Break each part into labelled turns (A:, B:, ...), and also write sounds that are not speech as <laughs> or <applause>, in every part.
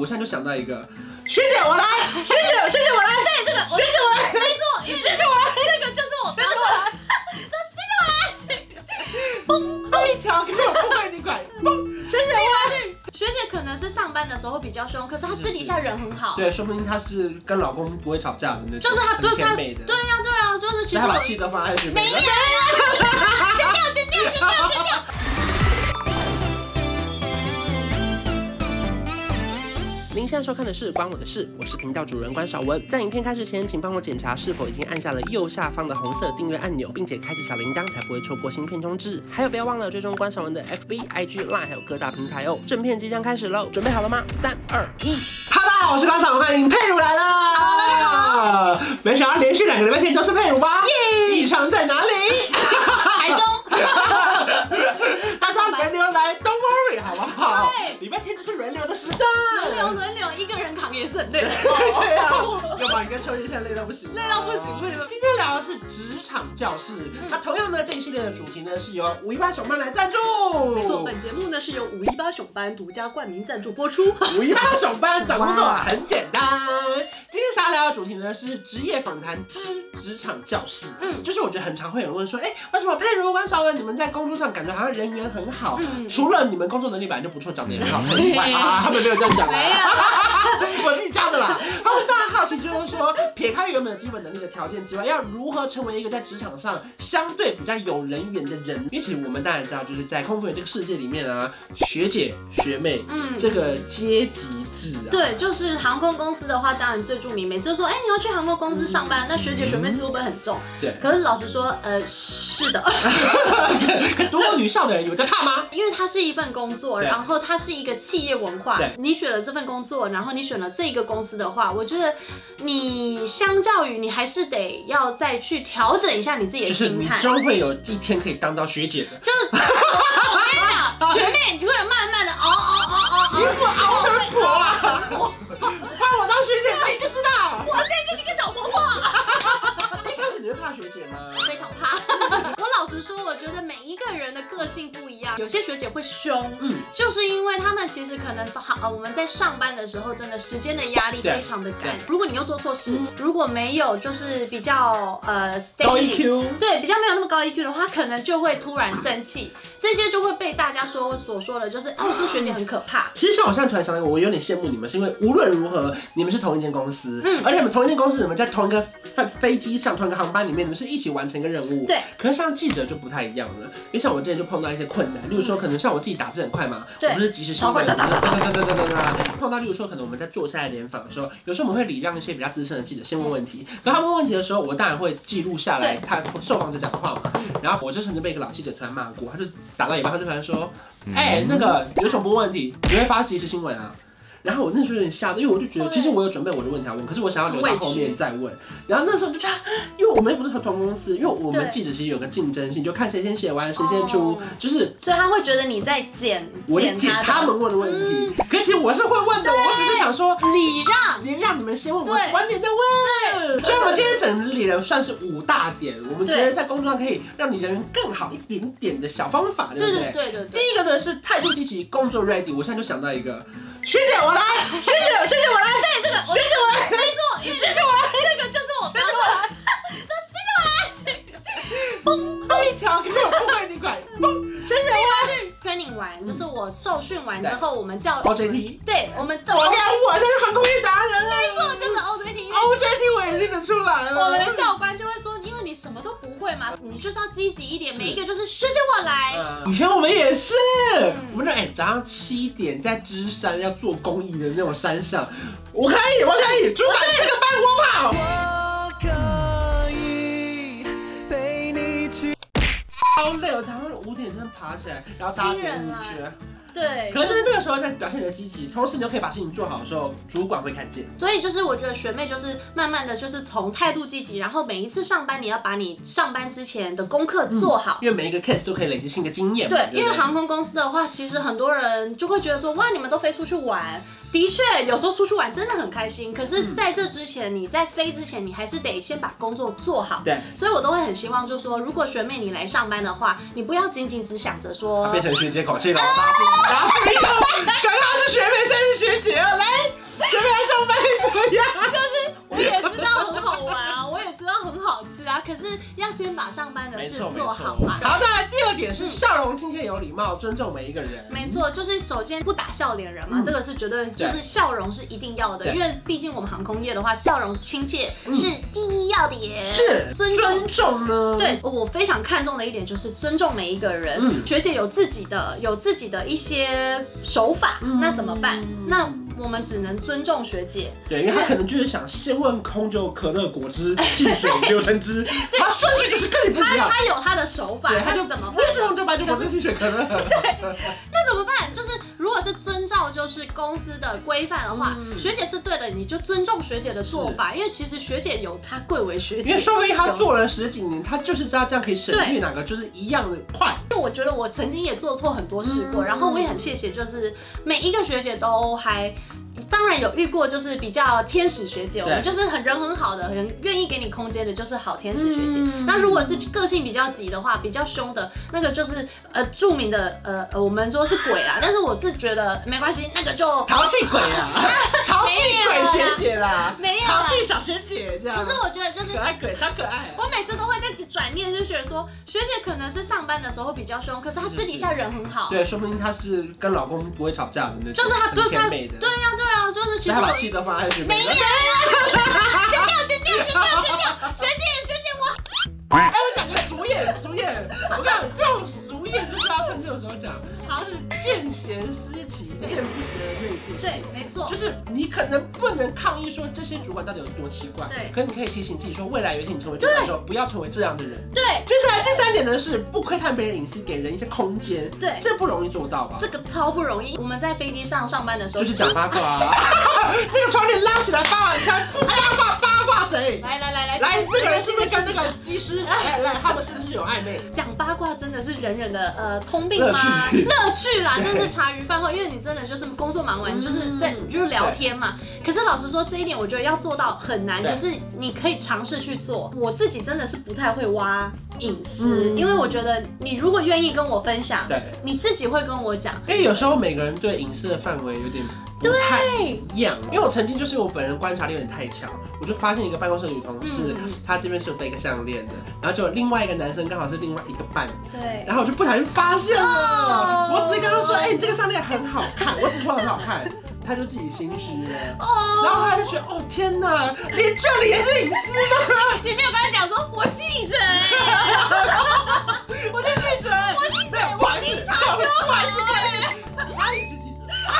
A: 我现在就想到一个，学姐我来，学姐学姐我来，
B: 啊对这个，
A: 学姐我来，
B: 没错，因为这个这个就是我刚刚，这是我来。
A: 蹦一条给我不会你
B: <laughs>
A: 拐，蹦学姐我来。
B: <laughs> 学姐可能是上班的时候会比较凶，可是她私底下人很好。
A: 对，说不定她是跟老公不会吵架的那种，
B: 就是她
A: 很
B: 对
A: 甜
B: 她
A: 美的，
B: 对，呀、对呀、就是其实
A: 她把
B: 我
A: 气都放在学妹
B: 没有
A: 那。，
B: 剪
A: <laughs>
B: 掉剪掉剪掉剪掉。
A: 您现在收看的是《关我的事》，我是频道主人关少文。在影片开始前，请帮我检查是否已经按下了右下方的红色订阅按钮，并且开启小铃铛，才不会错过新片通知。还有，不要忘了追踪关少文的 FB、IG、Line，还有各大平台哦。正片即将开始喽，准备好了吗？三、二、一哈喽，大家好，我是关少文，欢迎佩如来啦！大家好。没想到连续两个礼拜天都是佩如吧？耶！异常在哪里？
B: 台
A: <laughs>
B: 中，
A: 大家轮流来，Don't worry，好不好？
B: 对
A: 礼拜天就是轮流的时段。
B: 轮流轮流，一个人扛也是很累的。 <laughs>
A: 对啊， <laughs> 要不然你跟秋叶现在累到不行，啊
B: 累到不行累到不行
A: 今天聊的是职场教室，
B: 嗯
A: 那同样呢，这一系列的主题呢是由五一八熊猫来赞助。
B: 没
A: 哦
B: 错，本节目呢是由五一八熊班独家冠名赞助播出。
A: 五一八熊班找工作很简单。今天想要聊的主题呢是职业访谈之职场教室。嗯，
B: 嗯
A: 就是我觉得很常会有人问说，哎、为什么佩如跟邵文你们在工作上感觉好像人缘很好？
B: 嗯
A: 除了你们工作能力本来就不错，长得也很
B: <laughs>
A: 好看以外啊，他们没有这样讲
B: 没有
A: 啊。 <laughs> 我自己加的啦。他们大家好奇就是说，撇开原本的基本能力的条件之外，要如何成为一个在职场上相对比较有人缘的人？因为其实我们当然知道，就是在空服员这个世界里面啊，学姐、学妹，
B: 嗯
A: 这个阶级制啊，
B: 对，就是航空公司的话，当然最著名，每次都说，哎、你要去航空公司上班，那学姐学
A: 嗯
B: 妹制会不会很重？
A: 对。
B: 可是老实说，呃，是的，
A: 可读过女校的人有在看
B: <laughs>
A: 吗？
B: 因为它是一份工作，
A: 对
B: 然后它是一个企业文化
A: 对。
B: 你选了这份工作，然后你选了这个公司的话，我觉得你相较于你还是得要再去调整一下你自己的
A: 就是
B: 心
A: 你
B: 态。
A: 终会有一天可以当到学姐的。
B: 就是我跟你
A: <laughs>
B: 讲，学妹，你突然慢慢的熬熬熬熬熬，
A: 媳妇熬成婆
B: <laughs>
A: 啊！
B: 我
A: 怕我当学姐，你就知道。
B: 我现在就是一个小婆婆。
A: <laughs> 一开始你会怕学姐吗？
B: 非常怕。 <laughs> 我老实说，我觉得每一个人的个性不一样，有些学姐会凶，
A: 嗯，
B: 就是因为他们其实可能好，呃，我们在上班的时候，真的时间的压力
A: 对啊
B: 非常的赶
A: 对。嗯
B: 如果你又做错事，如果没有就是比较呃
A: 高 E
B: steady
A: EQ。
B: 对，比较没有那么高 EQ 的话，可能就会突然生气，这些就会被大家说所说的，就是哦，这学姐很可怕。
A: 其实像我现在突然想到，我有点羡慕你们，是因为无论如何你们是同一间公司，
B: 嗯
A: 而且你们同一间公司，你们在同一个飞飞机上、同一个航班里面，你们是一起完成一个任务。
B: 对。
A: 可是像记者就不太一样了，因为像我之前就碰到一些困难，例如说可能像我自己打字很快嘛，
B: 对
A: 我不是及时收尾，
B: 超快
A: 哒哒哒哒哒哒哒哒。碰到例如说可能我们在坐下来联访的时候，有时候我们会礼让一些比较资深的记者先问问题，然后他们问问题的时候，我当然会记录下来
B: 对
A: 他受访者讲的话嘛。然后我就曾经被一个老记者突然骂过，他就打到一半，他就突然说。哎、那个有什么问题？你会发即时新闻啊？然后我那时候有点吓到，因为我就觉得，
B: 对
A: 其实我有准备我的问题要问，可是我想要留到后面再问。然后那时候就觉得，啊因为我们又不是同公司，因为我们
B: 对
A: 记者其实有个竞争性，就看谁先写完，谁先出
B: 哦，
A: 就是
B: 所以他会觉得你在剪
A: 我
B: 剪
A: 解
B: 她
A: 他
B: 的嗯
A: 们问的问题。可是其实我是会问的，我只是想说，
B: 礼让，
A: 你让你们先问，我
B: 对
A: 晚点再问。所以，我们今天整理了算是五大点，我们觉得
B: 对
A: 在工作上可以让你人缘更好一点点的小方法，对不
B: 对对对对对
A: 第。一个呢是态度积极，工作 ready。我现在就想到一个，学姐我来，学姐学姐我来，
B: 对这个，
A: 学姐我来，
B: 没错，因为这
A: 学姐我来，
B: 个就是我刚刚，这是我来。
A: 蹦一条给我不会你拐，蹦学姐我来。
B: training 完就是我受训完之后，我们叫
A: OJT，
B: 对，我们的
A: 我跟你讲我现在是航空业达人啊了，
B: 没错，就是 OJT。
A: OJT 我也认得出来了。
B: 我们的教官就会说，因为你什么都不会嘛，你就是要积极一点，
A: 是
B: 每一个就是学姐我来。
A: 呃以前我们也是，我们那哎、早上七点在芝山要做公益的那种山上，我可以，我可以，主管这个班我跑。
C: 我可以陪你去。
A: 好累，我才会五点钟爬起来，然后搭
B: 新
A: 捷
B: 人
A: 运
B: 啊
A: 去。
B: 对，
A: 可是那个时候在表现你的积极，同时你又可以把事情做好的时候，主管会看见。
B: 所以就是我觉得学妹就是慢慢的就是从态度积极，然后每一次上班你要把你上班之前的功课做好。
A: 因为每一个 case 都可以累积新的经验嘛。
B: 对，
A: 不
B: 因为航空公司的话，其实很多人就会觉得说，哇，你们都飞出去玩，的确，有时候出去玩真的很开心，可是在这之前，你在飞之前，你还是得先把工作做好。
A: 对
B: 所以我都会很希望，就是说，如果学妹你来上班的话，你不要仅仅只啊想着说，
A: 变成学姐口气了，打飞了，刚刚是学妹，现在是学姐了，来，学妹来上班怎么样？
B: 我也知道很好玩啊，我也知道很好吃啊，可是要先把上班的
A: 没
B: 事
A: 错没错
B: 做好嘛。
A: 好，当然第二点是笑容亲切有礼貌，尊重每一个人。
B: 没错，就是首先不打笑脸人嘛，这个是绝对，
A: 嗯对
B: 就是笑容是一定要的，
A: 对嗯
B: 因为毕竟我们航空业的话，笑容亲切是第一要点，
A: 是
B: 尊重
A: 尊。重呢？
B: 对我非常看重的一点就是尊重每一个人。
A: 嗯
B: 学姐有自己的有自己的一些手法，
A: 嗯
B: 那怎么办？那我们只能尊重学姐。
A: 对，因为他可能就是想先问空就可乐、果汁、汽水、柳橙
B: <laughs>
A: 汁，他顺序就是跟你不一
B: 她
A: 样。
B: 她有她的手法，
A: 对，他
B: 那
A: 就
B: 怎么办？
A: 为什么就把就果汁、汽水、可乐？
B: 那怎么办？就是如果是遵照就是公司的规范的话，
A: 嗯
B: 学姐是对的，你就尊重学姐的做法，因为其实学姐有她贵为学
A: 因
B: 姐
A: 为。说不定他做了十几年，他就是知道这样可以省略
B: 对
A: 哪个，就是一样的快。
B: 因为我觉得我曾经也做错很多事
A: 嗯
B: 过，然后我也很谢谢，就是每一个学姐都还。当然有遇过，就是比较天使学姐，我们就是很人很好的，很愿意给你空间的，就是好天使学姐。
A: 嗯
B: 那如果是个性比较急的话，比较凶的那个就是呃著名的呃呃我们说是鬼啦，但是我是觉得没关系，那个就
A: 淘气鬼啊，
B: <laughs>
A: 淘气鬼学姐啦，
B: 没有啦
A: 淘气小学姐这样
B: 可。是我觉得就是
A: 可爱鬼，小可爱。啊
B: 我每次都会在转念就觉得说，学姐可能是上班的时候比较凶，可是她私底下人很好。
A: 对，说不定她是跟老公不会吵架的那种，
B: 就是她
A: 很
B: 对她
A: 甜美的，
B: 对呀、对呀、就是其
A: 所以
B: 实
A: 她把
B: 我
A: 气都放在学
B: 没
A: 妹
B: 有
A: 了。，
B: 剪掉剪掉剪掉剪掉，学姐学姐我
A: 哎，我讲个俗谚，俗谚，我跟你讲，这种俗谚就是要趁这种时候讲，
B: 好
A: 见贤思齐，见不贤而内自省
B: 对。，没错
A: 就，是你可能不能抗议说这些主管到底有多奇怪，
B: 对
A: 可你可以提醒自己说，未来有一天你成为主管的时候，不要成为这样的人。
B: 对
A: 接下来第三点呢是不窥探别人隐私，给人一些空间，
B: 对
A: 这不容易做到吧？
B: 这个超不容易。我们在飞机上上班的时候，
A: 就是讲八卦啊， <laughs> 那个窗帘拉起来八晚餐，不八卦八卦谁？
B: 来来来来
A: 来，这个
B: 哎
A: 人是不是跟这个技师？来来，他们是不是有暧昧？
B: 讲八卦真的是人人的呃通病
A: 乐
B: 吗
A: 趣？
B: 乐趣啦，
A: 对
B: 真的是茶余饭后，因为你真的就是工作忙完，你就是在
A: 嗯
B: 就是聊天嘛。可是老实说，这一点我觉得要做到很难，
A: 对
B: 可是你可以尝试去做。我自己真的是不太会挖隐私，
A: 嗯
B: 因为我觉得你如果愿意跟我分享，
A: 对，
B: 你自己会跟我讲。
A: 因为有时候每个人对隐私的范围有点不太
B: 对
A: 一样。因为我曾经就是我本人观察力有点太强，我就发现一个办公室的女同事，
B: 嗯
A: 她这边是有戴一个项链的，然后就有另外一个男生刚好是另外一个伴，
B: 对，
A: 然后我就不小心发现了。
B: 哦
A: 我只是跟他说，哎、你这个项链很好看，我只说很好看，他就自己心虚了。
B: 哦，
A: 然后他就觉得，哦天哪，连这里也是隐私吗？
B: <laughs> 你没有跟他讲说我记者哎，
A: 我就记者，我记者， <laughs> 不好意思，不好意思，他也是记者，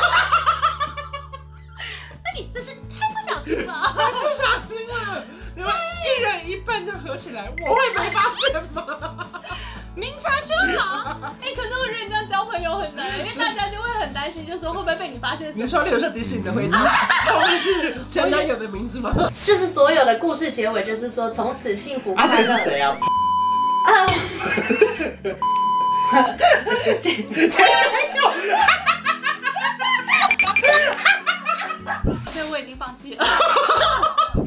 B: 那你真是太不小心
A: <laughs>
B: 了。
A: 太不小心了。你们一人一半就合起来，我会没发现吗？
B: 明察秋毫。哎、可是我觉得你这样交朋友很难，因为大家就会很担心，就说会不会被你发现什
A: 你
B: 么。
A: 说你有时候提醒你的回 <laughs> 答，后面是前男友的名字 <laughs> 吗？
B: 就是所有的故事结尾，就是说从此幸福
A: 啊，
B: 快
A: 这
B: 乐。
A: 个是谁啊？
B: <laughs> 啊
A: 前男友。
B: 对，我已经放弃了。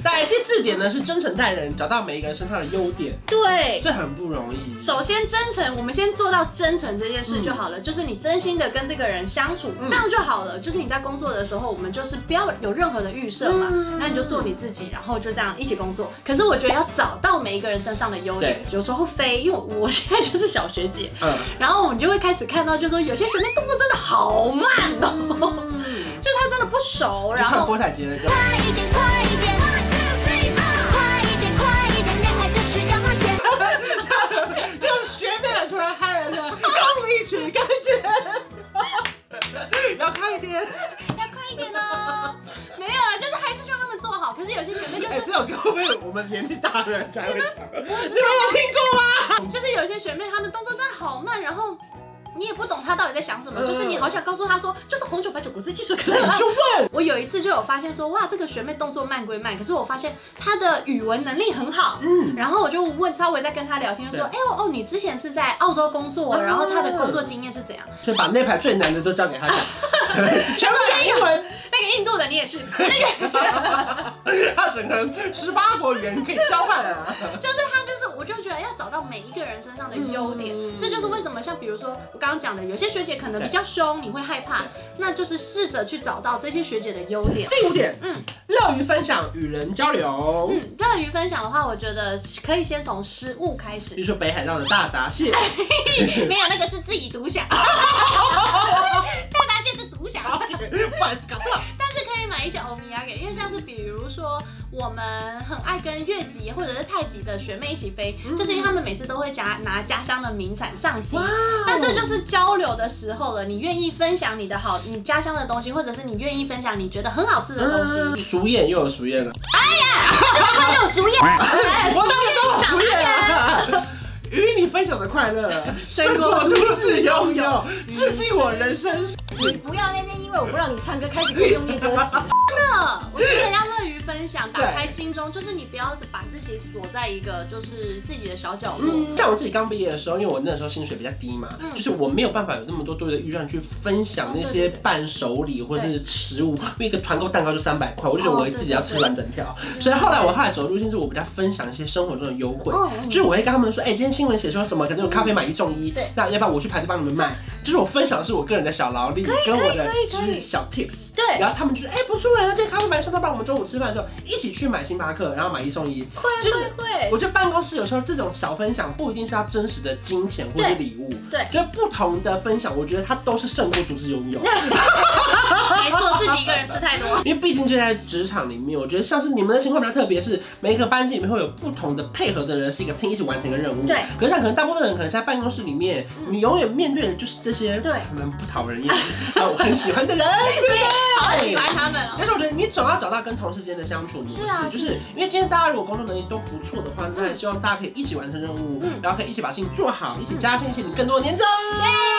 A: 当然，第四点呢是真诚待人，找到每一个人身上的优点，
B: 对。
A: 这很不容易。
B: 首先真诚，我们先做到真诚这件事就好了，就是你真心的跟这个人相处，这样就好了。就是你在工作的时候，我们就是不要有任何的预设嘛，那你就做你自己，然后就这样一起工作。可是我觉得要找到每一个人身上的优点，有时候飞，因为我我现在就是小学姐，
A: 嗯，
B: 然后我们就会开始看到，就是说有些学妹动作真的好慢哦， <laughs> 就是她真的不熟，
A: 就
B: 然
A: 唱
B: <laughs> 后
A: 郭采洁的歌。
D: 快一点，快一点，One two three four，快一点，快一点，恋爱就是要冒险。
A: 就学妹们突然嗨了，用力曲感觉， <laughs> 要快一点。 <laughs>
B: 要快一点哦。没有了，就是还是希望他们做好，可是有些学妹就
A: 哎，
B: 是。
A: 这首歌会不会我们年纪大的人才会 <laughs> 唱？你们有听过吗？
B: <laughs> 就是有一些学妹，她们动作真的好慢，然后你也不懂她到底在想什么，
A: 嗯
B: 就是你好想告诉她说，就是红酒、白酒、果汁、汽水、可乐啊
A: 就。问。
B: <laughs> 我有一次就有发现说，哇，这个学妹动作慢归慢，可是我发现她的语文能力很好。
A: 嗯，
B: 然后我就问稍微在跟她聊天，就说，哎
A: 对
B: 哦哦，你之前是在澳洲工作，
A: 哦
B: 然后她的工作经验是怎样？
A: 所以把那排最难的都交给他讲。 <laughs> 全部讲英文，
B: 那个印度的你也是，那个
A: <laughs> 他整个十八国语言可以交换啊。
B: 就是他就是，我就觉得要找到每一个人身上的优点，
A: 嗯
B: 这就是为什么像比如说我刚刚讲的，有些学姐可能比较凶，你会害怕
A: 对，
B: 那就是试着去找到这些学姐的优
A: <laughs>
B: 点。
A: <laughs> 第五点，
B: 嗯
A: 乐于分享，与人交流。
B: 嗯，乐于分享的话，我觉得可以先从食物开始
A: 比 <laughs> 如，说北海道的大闸蟹，
B: 哎没有那个是自己
A: <laughs>
B: 独享， <laughs> 大闸蟹是独享一个。
A: 不好意思，搞错了。
B: 但是可以买一些欧米亚给，因为像是比如说我们很爱跟越级或者是太极的学妹一起飞，
A: 嗯
B: 就是因为他们每次都会夹拿家乡的名产上机。
A: 哦
B: 但这就是交流的时候了，你愿意分享你的好，你家乡的东西，或者是你愿意分享你觉得很好吃的东
A: 嗯
B: 西。
A: 俗谚又有俗谚了，
B: 还有熟
A: <laughs>
B: 宴，哎
A: 我当然都有
B: 长
A: 俗
B: 大
A: 谚
B: 呀
A: 啊。与你分享的快乐，
B: 胜
A: 胜
B: 过
A: 过
B: 独
A: 独
B: 自
A: 自
B: 拥
A: 拥
B: 有
A: 有，
B: 嗯
A: 致敬我人生。
E: 你不要那边，因为我不让你唱歌，开始可以用力歌词。
B: 我觉得要乐于分享，打
A: 对
B: 开心中，就是你不要把自己锁在一个就是自己的小角落。
A: 嗯，像我自己刚毕业的时候，因为我那时候薪水比较低嘛，
B: 嗯
A: 就是我没有办法有那么多多余的预算去分享那
B: 哦对
A: 些
B: 对对
A: 伴手礼或是食物，因为一个团购蛋糕就三百块，我就觉得我自己要吃完整
B: 哦
A: 条。所以后来我后来走的路线是我比较分享一些生活中的优惠，
B: 嗯嗯
A: 就是我会跟他们说，哎、今天新闻写说什么，可能有咖啡买一送一，
E: 对
A: 那要不要我去排队帮你们买？就是我分享的是我个人的小劳力跟我的
B: 可以
A: 就
B: 可以
A: 是小 tips。
B: 对，
A: 然后他们就说，哎、不错哎，这个咖啡买送到，帮我们中午吃饭的时候一起去买星巴克，然后买一送一，就是
B: 会
A: 我觉得办公室有时候这种小分享不一定是要真实的金钱或是礼物，
B: 对
A: 就是不同的分享，我觉得它都是胜过独自拥有。 <laughs>
B: 没错，自己一个人吃太多。
A: 因为毕竟就在职场里面，我觉得像是你们的情况比较特别，是每一个班级里面会有不同的配合的人是一个 team 一起完成一个任务。
B: 对。嗯
A: 可是像可能大部分人可能在办公室里面，你永远面对的就是这些
B: 对
A: 可能不讨人
B: <laughs>
A: 厌啊我很喜欢的人，对不对？
B: 好喜欢他们哦。
A: 但是我觉得你总要找到跟同事之间的相处模式，
B: 是啊
A: 就是因为今天大家如果工作能力都不错的话，那希望大家可以一起完成任务，
B: 嗯
A: 然后可以一起把事情做好，一起加薪，一起领更多的年终，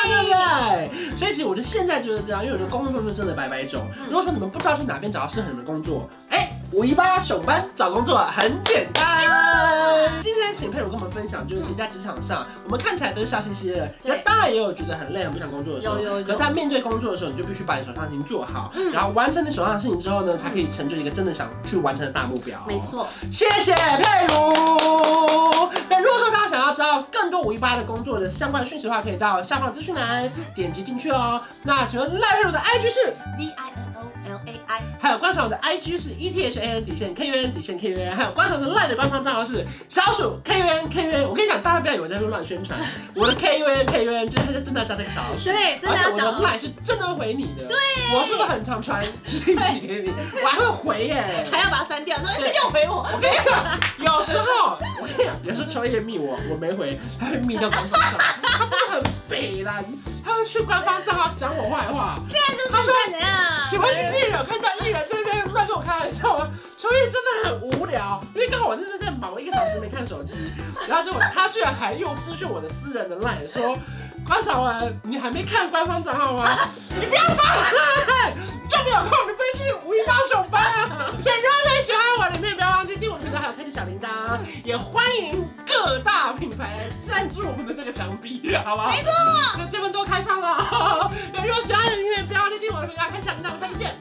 A: 对不对？所以其实我觉得现在就是这样，因为我觉得工作就是真的百百种。
B: 嗯
A: 如果说你们不知道去哪边找到适合你们的工作，哎，五一八熊班找工作很简
B: 嗯
A: 单。今天请佩如跟我们分享，就是其实在职场上，我们看起来都是笑嘻嘻的，
B: 嗯对
A: 那当然也有觉得很累、很不想工作的时候。
B: 有有有
A: 可是在面对工作的时候，你就必须把你手上的事情做好，
B: 嗯
A: 然后完成你手上的事情之后呢，才可以成就一个真的想去完成的大目标。
B: 没错，
A: 谢谢佩如。那如果说大家想要知道更多五一八的工作的相关讯息的话，可以到下方的资讯栏点击进去哦。那请问赖佩如的 IG 是？
B: V I N O L A I，
A: 还有观赏我的 IG 是 E ETHAN 底线 KUN 底线 KUN，还有观赏的 LINE 的官方账号是小鼠 KUN KUN。我跟你讲，大家不要以为在乱宣
B: <laughs>
A: 传，我的 KUN KUN 就是它是真的加那个小鼠。
B: 对，真的要
A: 而且我
B: 想
A: 的 LINE 是真的回你的。对，我是不是很常传讯息给你？我还会回耶。
B: 还要把它删掉，说哎又回我，
A: 我跟你讲，有时候我跟你讲，有时候秋叶密我，我没回，他会密到官方账号，他真的很北蓝，他会去官方账号讲我坏话。
B: 现在就是这样啊。
A: 请问经纪人有看到艺人在那边乱跟我开玩笑吗？秋叶真的很无聊，因为刚好我真的在忙，我一个小时没看手机，然后结果他居然还用私讯我的私人的 line 说，关晓雯，你还没看官方账号吗？ <laughs> 你不要发 <laughs> 了，就没有空，你飞去五一八首班啊！所以如果你喜欢我的影片，不要忘记订我频道，还有开启小铃铛，也欢迎各大品牌赞助我们的这个墙壁，好不 <laughs> 好？没错，那这份都开放了。如果喜欢我的影片，不要忘记订我的频道，开启小铃铛，我们下期见，